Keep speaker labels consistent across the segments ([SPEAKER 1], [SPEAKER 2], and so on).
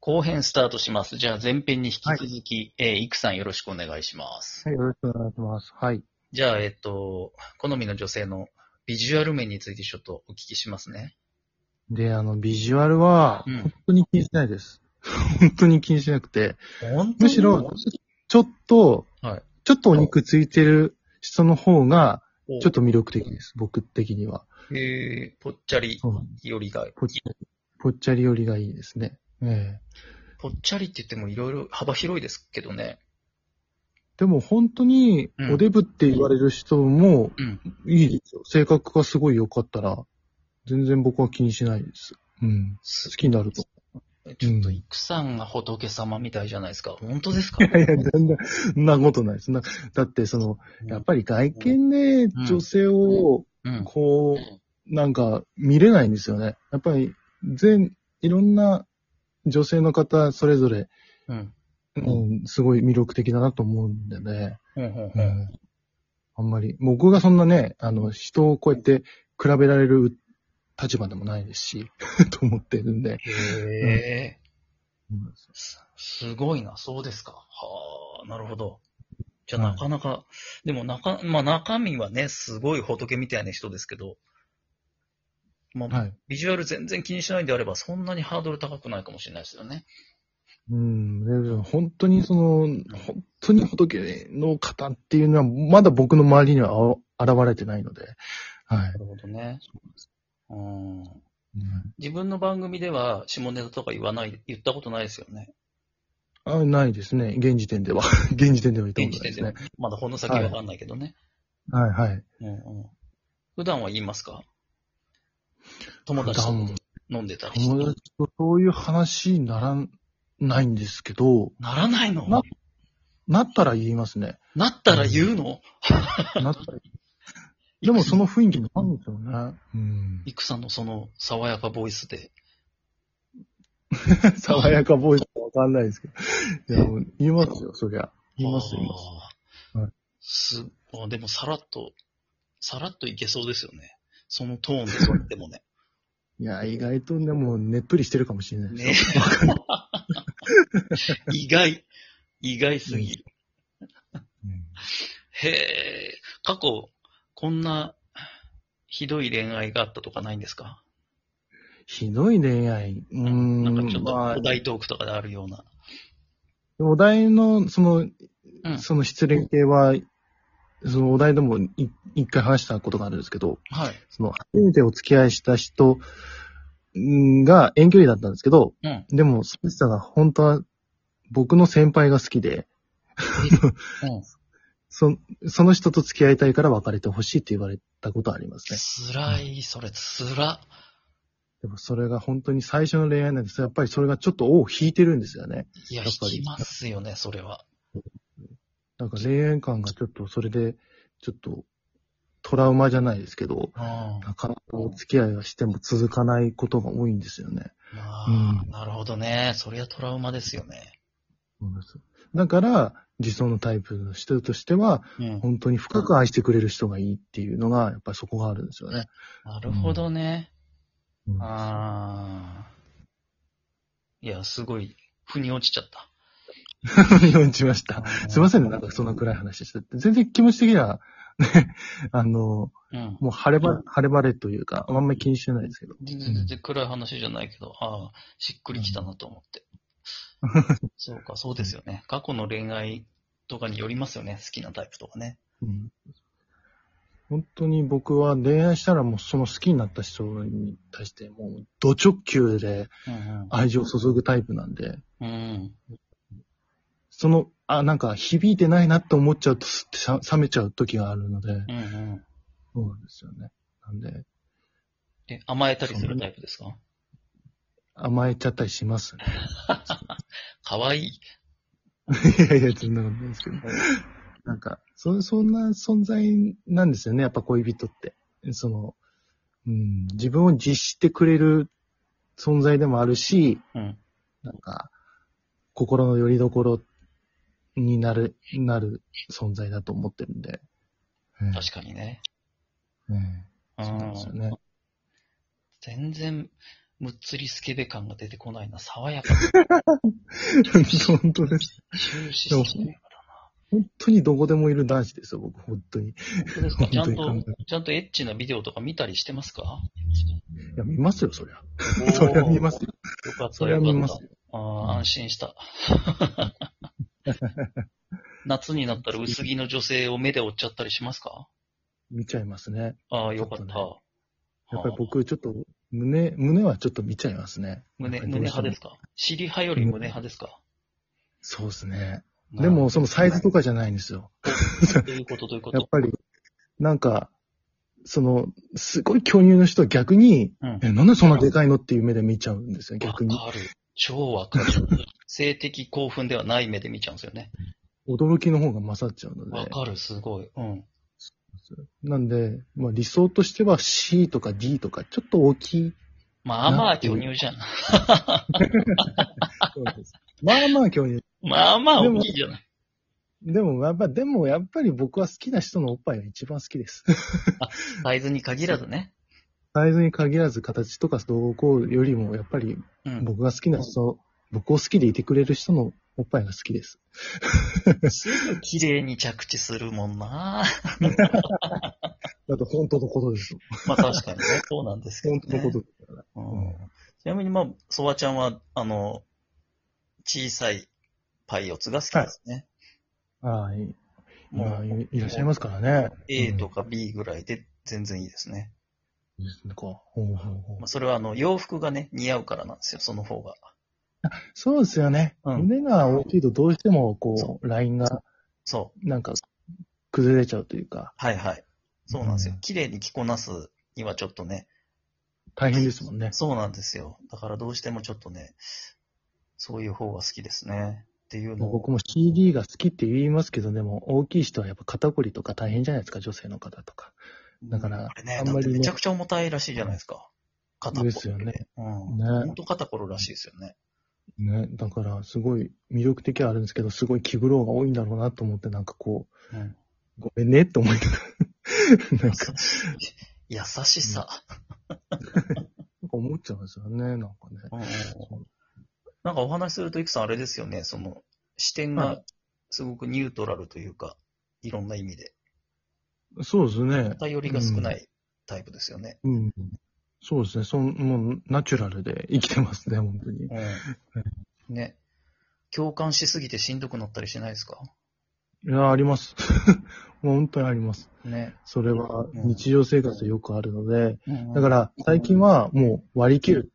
[SPEAKER 1] 後編スタートします。じゃあ前編に引き続き、えーいくさんよろしくお願いします。
[SPEAKER 2] はい、よろしくお願いします。はい。
[SPEAKER 1] じゃあ、えっと、好みの女性のビジュアル面についてちょっとお聞きしますね。
[SPEAKER 2] で、あの、ビジュアルは、
[SPEAKER 1] うん。
[SPEAKER 2] 本当に気にしないです。 本当に気にしなくて。
[SPEAKER 1] 本当
[SPEAKER 2] むしろ、ちょっと、
[SPEAKER 1] はい
[SPEAKER 2] ちょっとお肉ついてる人の方が、
[SPEAKER 1] ち
[SPEAKER 2] ちょっと、魅力的です。僕的には。
[SPEAKER 1] えー、ぽっちゃり
[SPEAKER 2] そうなんです。
[SPEAKER 1] よりが、
[SPEAKER 2] ぽっちゃり、ぽっちゃりよりがいいですね。ええ
[SPEAKER 1] ぽっちゃりって言ってもいろいろ幅広いですけどね。
[SPEAKER 2] でも本当に
[SPEAKER 1] う、ん
[SPEAKER 2] おデブって言われる人も
[SPEAKER 1] うん。
[SPEAKER 2] いいですよ。性格がすごい良かったら、全然僕は気にしないです。うん。
[SPEAKER 1] す
[SPEAKER 2] 好きになると。
[SPEAKER 1] ちょっと、
[SPEAKER 2] うん
[SPEAKER 1] いくさんが仏様みたいじゃないですか。本当ですか
[SPEAKER 2] いやいや、全然、そんなことないです。なだって、その、やっぱり外見で、
[SPEAKER 1] ん
[SPEAKER 2] 女性を、
[SPEAKER 1] うん。
[SPEAKER 2] こう、なんか、見れないんですよね。やっぱり、全、いろんな女性の方、それぞれ、
[SPEAKER 1] うん。
[SPEAKER 2] うん、すごい魅力的だなと思うんでね。
[SPEAKER 1] うん。うん
[SPEAKER 2] う
[SPEAKER 1] うん
[SPEAKER 2] ん。あんまり、僕がそんなね、あの、人をこうやって比べられる立場でもないですし、 と思ってるんで。
[SPEAKER 1] へえ、すすごいな、そうですか。はあ、なるほど。じゃあ、
[SPEAKER 2] はい
[SPEAKER 1] なかなか、でも、なか、まあ、中身はね、すごい仏みたいな人ですけど、まあ、
[SPEAKER 2] はい。
[SPEAKER 1] ビジュアル全然気にしないんであれば、そんなにハードル高くないかもしれないですよね。
[SPEAKER 2] うん、でも本当にその、本当に仏の方っていうのは、まだ僕の周りにはあ現れてないので、はい
[SPEAKER 1] な。るほどね。うん、
[SPEAKER 2] うん
[SPEAKER 1] 自分の番組では、下ネタとか言わない、言ったことないですよね。
[SPEAKER 2] あないですね。現時点では。 現時点では言っ
[SPEAKER 1] 現時
[SPEAKER 2] たことな
[SPEAKER 1] 点
[SPEAKER 2] いです
[SPEAKER 1] では
[SPEAKER 2] ね。
[SPEAKER 1] まだほんの先わかんないけどね。
[SPEAKER 2] はいはい。
[SPEAKER 1] うんうん、普段は言いますか友達と飲んでたりして
[SPEAKER 2] 友達とそういう話にならんないんですけど、
[SPEAKER 1] ならないのな
[SPEAKER 2] ななったら言いますね。
[SPEAKER 1] ったら言うの
[SPEAKER 2] なったら。でもその雰囲気なんですよね。うん。
[SPEAKER 1] いくさんのその爽やかボイスで。
[SPEAKER 2] 爽やかボイスかわかんないですけど。いや、もう言いますよ、そりゃ。言いますよ、言います。
[SPEAKER 1] あー
[SPEAKER 2] はい
[SPEAKER 1] すあでもさらっと、さらっといけそうですよね。そのトーンでそう言ってもね。
[SPEAKER 2] いや、意外とね、もうねっとりしてるかもしれないですよ
[SPEAKER 1] ね。意外、意外すぎる。
[SPEAKER 2] うん
[SPEAKER 1] へえ、過去、こんなひどい恋愛があったとかないんですか
[SPEAKER 2] ひどい恋愛。うーん。
[SPEAKER 1] なんかちょっと
[SPEAKER 2] まあ
[SPEAKER 1] お題トークとかであるような。
[SPEAKER 2] お題の、その、
[SPEAKER 1] うん
[SPEAKER 2] その失恋系は、そのお題でもい一回話したことがあるんですけど、
[SPEAKER 1] はい。
[SPEAKER 2] その初めてお付き合いした人うんが遠距離だったんですけど、
[SPEAKER 1] うん
[SPEAKER 2] でも、その人が本当は僕の先輩が好きで、
[SPEAKER 1] うん。
[SPEAKER 2] そその人と付き合いたいから別れてほしいって言われたことありますね。
[SPEAKER 1] 辛い、それ、辛。
[SPEAKER 2] でもそれが本当に最初の恋愛なんですやっぱりそれがちょっと尾を引いてるんですよね。
[SPEAKER 1] いや、
[SPEAKER 2] やっぱ
[SPEAKER 1] 引
[SPEAKER 2] り
[SPEAKER 1] きますよね、それは。
[SPEAKER 2] なんか恋愛感がちょっとそれで、ちょっとトラウマじゃないですけど、
[SPEAKER 1] うん。ま
[SPEAKER 2] なかなかお付き合いはしても続かないことが多いんですよね。
[SPEAKER 1] あ、
[SPEAKER 2] う
[SPEAKER 1] なるほどね。そりゃトラウマですよね。
[SPEAKER 2] だから、理想のタイプの人としては、
[SPEAKER 1] うん。
[SPEAKER 2] 本当に深く愛してくれる人がいいっていうのが、やっぱりそこがあるんですよね。
[SPEAKER 1] なるほどね。
[SPEAKER 2] うん
[SPEAKER 1] ああ。いや、すごい、腑に落ちちゃった。
[SPEAKER 2] 落ちました。すいませんね、なんかそんな暗い話してて。全然気持ち的には、ね、あの、
[SPEAKER 1] うん。
[SPEAKER 2] もう晴れ晴れ、晴れ晴れというか、あんまり気にしてないですけど。
[SPEAKER 1] 全然全然暗い話じゃないけど、ああ、しっくりきたなと思 って。そうか、そうですよね。過去の恋愛とかによりますよね。好きなタイプとかね。
[SPEAKER 2] うん本当に僕は恋愛したらもうその好きになった人に対してもうド直球で
[SPEAKER 1] うん
[SPEAKER 2] 愛情を注ぐタイプなんで、
[SPEAKER 1] うん。うん。
[SPEAKER 2] その、あ、なんか響いてないなって思っちゃうとすってさ冷めちゃう時があるので、
[SPEAKER 1] うんうん。
[SPEAKER 2] そうなんですよね。なんで
[SPEAKER 1] え、甘えたりするタイプですか
[SPEAKER 2] 甘えちゃったりしますね。
[SPEAKER 1] かわいい。
[SPEAKER 2] いやいや、そんなことないですけど。 なんか、そ、そんな存在なんですよね、やっぱ恋人って。その、うん、自分を実してくれる存在でもあるし、
[SPEAKER 1] うん。
[SPEAKER 2] なんか、心の拠り所になる、なる存在だと思ってるんで。
[SPEAKER 1] 確かにね。
[SPEAKER 2] かに。
[SPEAKER 1] う
[SPEAKER 2] そうなんですよ
[SPEAKER 1] ん。
[SPEAKER 2] ね。
[SPEAKER 1] 全然、むっつりスケベ感が出てこないな。爽 やかに
[SPEAKER 2] 本当です。
[SPEAKER 1] 終始してきてるからな。
[SPEAKER 2] 本当にどこでもいる男子ですよ、僕、本当に。い
[SPEAKER 1] 本当ですかちゃん
[SPEAKER 2] 本
[SPEAKER 1] と
[SPEAKER 2] 当に、
[SPEAKER 1] ちゃんとエッチなビデオとか見たりしてますか
[SPEAKER 2] や、見ますよ、そりゃ。 そりゃ見ますよ。
[SPEAKER 1] よかった、
[SPEAKER 2] そりゃ見ます
[SPEAKER 1] よかった。ああ、安心 した。夏になったら薄着の女性を目で追っちゃったりしますか
[SPEAKER 2] 見ちゃいますね。
[SPEAKER 1] ああ、よかった。
[SPEAKER 2] ちょやっぱり僕、ちょっと、胸、胸はちょっと見ちゃいますね。
[SPEAKER 1] 胸、
[SPEAKER 2] やっぱ
[SPEAKER 1] 胸
[SPEAKER 2] りどうして
[SPEAKER 1] 派
[SPEAKER 2] も
[SPEAKER 1] ですか尻派より胸派ですか
[SPEAKER 2] そうですね。でも、、そのサイズとかじゃないんですよ。
[SPEAKER 1] どういう ことどういうこ
[SPEAKER 2] やっ
[SPEAKER 1] と
[SPEAKER 2] ぱり、なんか、その、すごい巨乳の人は逆に、
[SPEAKER 1] うん。
[SPEAKER 2] え、なんでそんなでかいのっていう目で見ちゃうんですよ、
[SPEAKER 1] わ
[SPEAKER 2] 逆に。
[SPEAKER 1] かる。超わかる。性的興奮ではない目で見ちゃうんですよね。
[SPEAKER 2] 驚きの方が勝っちゃうの
[SPEAKER 1] わ
[SPEAKER 2] で。
[SPEAKER 1] かる、すごい。うん。
[SPEAKER 2] なんで、まあ理想としては C とか D とか、ちょっと大きい。
[SPEAKER 1] まあまあ巨乳じゃん。
[SPEAKER 2] まあまあ巨乳。
[SPEAKER 1] まあまあ大きいじゃない。
[SPEAKER 2] でも、やっぱ、でもやっぱり僕は好きな人のおっぱいが一番好き です。
[SPEAKER 1] サイズに限らずね。
[SPEAKER 2] サイズに限らず形とかどうこうよりも、やっぱり
[SPEAKER 1] うん。
[SPEAKER 2] 僕が好きな人、僕を好きでいてくれる人のおっぱいが好きです。
[SPEAKER 1] すぐ綺麗に着地するもんな。
[SPEAKER 2] だと本当のことです。
[SPEAKER 1] まあ確かにね、そうなんですけど、
[SPEAKER 2] 本
[SPEAKER 1] ね。
[SPEAKER 2] 当のことですから。
[SPEAKER 1] うんちなみにまあ、ソワちゃんは、あの、小さいパイオツが好きですね。
[SPEAKER 2] ああ、い
[SPEAKER 1] もう
[SPEAKER 2] まあいいらっしゃいますからね。
[SPEAKER 1] A と
[SPEAKER 2] か。
[SPEAKER 1] か B ぐらいで全然いいですね。
[SPEAKER 2] うんこうほうほうほう
[SPEAKER 1] まあ、それはあの洋服がね、似合うからなんですよ、その方が。
[SPEAKER 2] そうですよね。
[SPEAKER 1] うん
[SPEAKER 2] 胸が大きいとどうしても、こ、
[SPEAKER 1] そう
[SPEAKER 2] ラインが、
[SPEAKER 1] そう。
[SPEAKER 2] なんか、崩れちゃうというか、
[SPEAKER 1] はいはい。そうなんですよ
[SPEAKER 2] うん。
[SPEAKER 1] 綺麗に着こなすにはちょっとね、
[SPEAKER 2] 大変ですもんね。
[SPEAKER 1] そうなんですよ。だからどうしてもちょっとね、そういう方が好きですね。っていうのを。
[SPEAKER 2] 僕も CD が好きって言いますけど、でも、大きい人はやっぱ肩こりとか大変じゃないですか、女性の方とか。だから
[SPEAKER 1] あれね、
[SPEAKER 2] あん
[SPEAKER 1] だっ
[SPEAKER 2] まりね
[SPEAKER 1] てめちゃくちゃ重たいらしいじゃないですか。肩こり。
[SPEAKER 2] ですよね。
[SPEAKER 1] うん。
[SPEAKER 2] ね
[SPEAKER 1] 本当肩こるらしいですよね。
[SPEAKER 2] ね、だから、すごい魅力的はあるんですけど、すごい気苦労が多いんだろうなと思って、なんかこう、
[SPEAKER 1] うん。
[SPEAKER 2] ごめんねって 思いながら、なんか、
[SPEAKER 1] 優しさ。
[SPEAKER 2] なんか思っちゃうんですよね、なんかね。
[SPEAKER 1] うんうんうんなんかお話しすると、いくさんあれですよね、その、視点
[SPEAKER 2] は
[SPEAKER 1] がすごくニュートラルというか、いろんな意味で。
[SPEAKER 2] そうですね。
[SPEAKER 1] 偏りが少ないタイプですよね。
[SPEAKER 2] うん。そうですね。そんもう、ナチュラルで生きてますね、本当に。
[SPEAKER 1] うん。ね。共感しすぎてしんどくなったりしないですか
[SPEAKER 2] いや、あります。 もう本当にあります。
[SPEAKER 1] ね。
[SPEAKER 2] それは
[SPEAKER 1] うん
[SPEAKER 2] 日常生活でよくあるので、だ
[SPEAKER 1] だ、
[SPEAKER 2] からら最近はもう割り切る、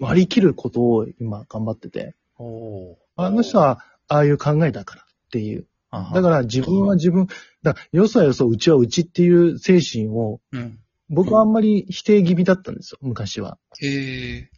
[SPEAKER 2] 割り切ることを今頑張ってて、
[SPEAKER 1] おー
[SPEAKER 2] あの人はああいう考えだからっていう。
[SPEAKER 1] あは
[SPEAKER 2] だから自分は自分、だからよそはよそ、うちはうちっていう精神を、
[SPEAKER 1] うん。
[SPEAKER 2] 僕はあんまり否定気味だったんですよ、昔は。
[SPEAKER 1] へえ。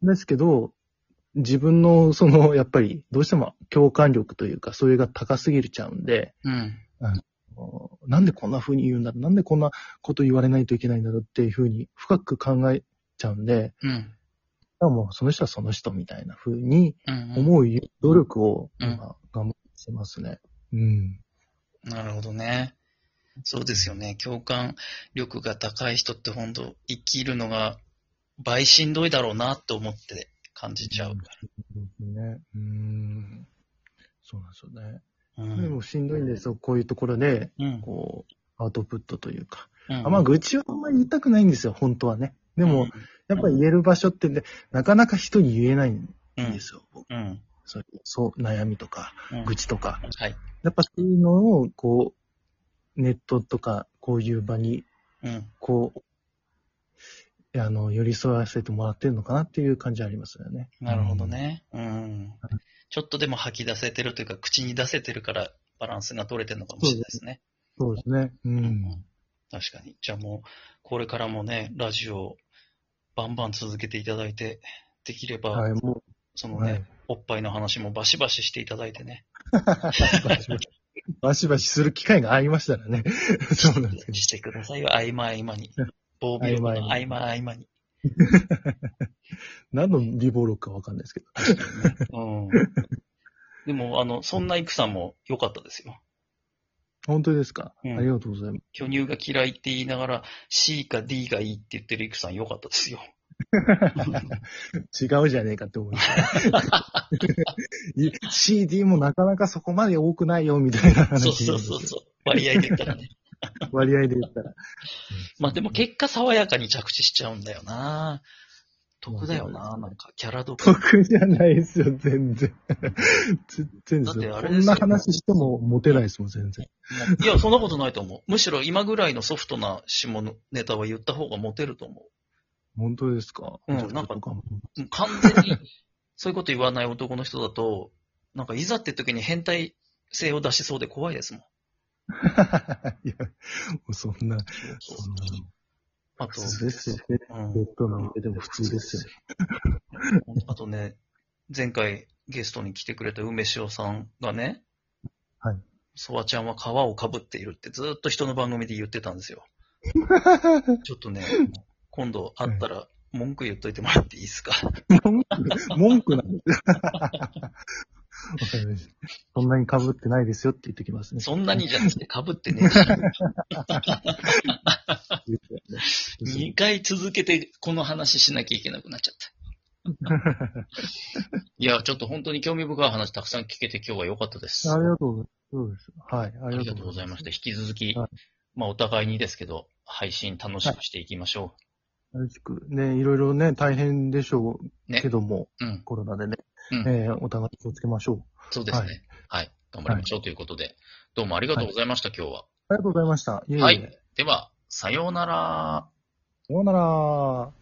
[SPEAKER 2] ですけど、自分のその、やっぱりどうしても共感力というか、それが高すぎるちゃうんで、
[SPEAKER 1] うん。
[SPEAKER 2] なんでこんな風に言うんだろうなんでこんなこと言われないといけないんだろうっていう風に深く考えちゃうんで、
[SPEAKER 1] うん。
[SPEAKER 2] もうその人はその人みたいな風に
[SPEAKER 1] うんうん。
[SPEAKER 2] 思う努力を
[SPEAKER 1] うん
[SPEAKER 2] 今頑張ってますね。うん。
[SPEAKER 1] なるほどね。そうですよね。共感力が高い人って本当生きるのが倍しんどいだろうなって思って感じちゃう。
[SPEAKER 2] ね。うん。そうなんですよね。
[SPEAKER 1] う
[SPEAKER 2] で
[SPEAKER 1] ん。
[SPEAKER 2] もしんどいんですよ。こういうところで、
[SPEAKER 1] うん。
[SPEAKER 2] こう、アウトプットというか。
[SPEAKER 1] うん
[SPEAKER 2] あまあ、愚痴はあんまり言いたくないんですよ、本当はね。でも、、やっぱり言える場所ってね、なかなか人に言えないん
[SPEAKER 1] うん。うん
[SPEAKER 2] ですよ、僕。
[SPEAKER 1] うん。
[SPEAKER 2] そう、そう、悩みとか。
[SPEAKER 1] うん
[SPEAKER 2] 愚痴とか。
[SPEAKER 1] はい。
[SPEAKER 2] やっぱそういうのを、こう、ネットとか、こういう場に、
[SPEAKER 1] うん。
[SPEAKER 2] こう、あの、寄り添わせてもらってるのかなっていう感じありますよね。
[SPEAKER 1] なるほど。ね。うん。ちょっとでも吐き出せてるというか、口に出せてるからバランスが取れてるのかもしれないですね。
[SPEAKER 2] そうですね。う。
[SPEAKER 1] うんん。確かに。じゃあもう、これからもね、ラジオをバンバン続けていただいて、できれば、
[SPEAKER 2] はい、も、
[SPEAKER 1] そうのね、
[SPEAKER 2] はい。
[SPEAKER 1] おっぱいの話もバシバシしていただいてね。
[SPEAKER 2] バシバシする機会がありましたらね。 そうなんですけど。
[SPEAKER 1] してくださいよ、合間合間に。防備力の合間合間に。
[SPEAKER 2] 何の美貌録かわかんないですけど。
[SPEAKER 1] うん。 でも、あの、そんな戦も良かったですよ。
[SPEAKER 2] 本当ですか、
[SPEAKER 1] うん
[SPEAKER 2] ありがとうございます。
[SPEAKER 1] 巨乳が嫌いって言いながら C か D がいいって言ってる戦良かったですよ。
[SPEAKER 2] 違うじゃねえかって思う。CD もなかなかそこまで多くないよ、みたい
[SPEAKER 1] そ
[SPEAKER 2] な話
[SPEAKER 1] うそうそうそう。割合で言ったらね。
[SPEAKER 2] 割合で言ったら。
[SPEAKER 1] まあでも結果爽やかに着地しちゃうんだよな。得だよな、なんか、キャラ得。
[SPEAKER 2] 得じゃないですよ、全然。 全然ですよ。
[SPEAKER 1] だってあ
[SPEAKER 2] こ
[SPEAKER 1] れで
[SPEAKER 2] ん
[SPEAKER 1] すよ
[SPEAKER 2] な話してもモテないですもん、全然。
[SPEAKER 1] いや、そんなことないと思う。むしろ今ぐらいのソフトな下のネタは言った方がモテると思
[SPEAKER 2] 本当ですか
[SPEAKER 1] うん
[SPEAKER 2] じゃあ
[SPEAKER 1] なんか
[SPEAKER 2] ちょっと頑張ろう
[SPEAKER 1] う。もう完全に、そういうこと言わない男の人だと、なんかいざって時に変態性を出しそうで怖いですもん。
[SPEAKER 2] いや、もうそんな、そんな
[SPEAKER 1] あ
[SPEAKER 2] 普
[SPEAKER 1] と、
[SPEAKER 2] 通ですよ。
[SPEAKER 1] うん
[SPEAKER 2] ベッドなんてでも普通ですよ。
[SPEAKER 1] あとね、前回ゲストに来てくれた梅塩さんがね、
[SPEAKER 2] はい。
[SPEAKER 1] ソワちゃんは皮をかぶっているってずっと人の番組で言ってたんです よ。ちょっとね、今度会ったら文句言っといてもらっていいですか
[SPEAKER 2] 文句、文句なんです。わかりました。 そんなに被ってないですよって言ってきますね。
[SPEAKER 1] そんなにじゃなくてかぶって ねえし、2回続けてこの話しなきゃいけなくなっちゃった。 いや、ちょっと本当に興味深い話たくさん聞けて今日は良かったです。
[SPEAKER 2] ありがとうございます。そうです。はい。あ
[SPEAKER 1] あ
[SPEAKER 2] り
[SPEAKER 1] りが
[SPEAKER 2] がと
[SPEAKER 1] と
[SPEAKER 2] う
[SPEAKER 1] う
[SPEAKER 2] ご
[SPEAKER 1] ご
[SPEAKER 2] ざ
[SPEAKER 1] ざ
[SPEAKER 2] い
[SPEAKER 1] い
[SPEAKER 2] ま。
[SPEAKER 1] ますした。引き続き、
[SPEAKER 2] は
[SPEAKER 1] まあお互いにですけど、配信楽しくしていきましょ
[SPEAKER 2] 楽しく。ね、いろいろね、大変でしょう
[SPEAKER 1] ね
[SPEAKER 2] けども、
[SPEAKER 1] う。うん、
[SPEAKER 2] コロナでね、
[SPEAKER 1] うん
[SPEAKER 2] えーお互い気をつけましょう。
[SPEAKER 1] そうです
[SPEAKER 2] は
[SPEAKER 1] ね。はい、頑張りましょうということで、どうもありがとうございました、今日は。
[SPEAKER 2] ありがとうございました。いえいえ。
[SPEAKER 1] はい。では、さようなら。
[SPEAKER 2] さようなら。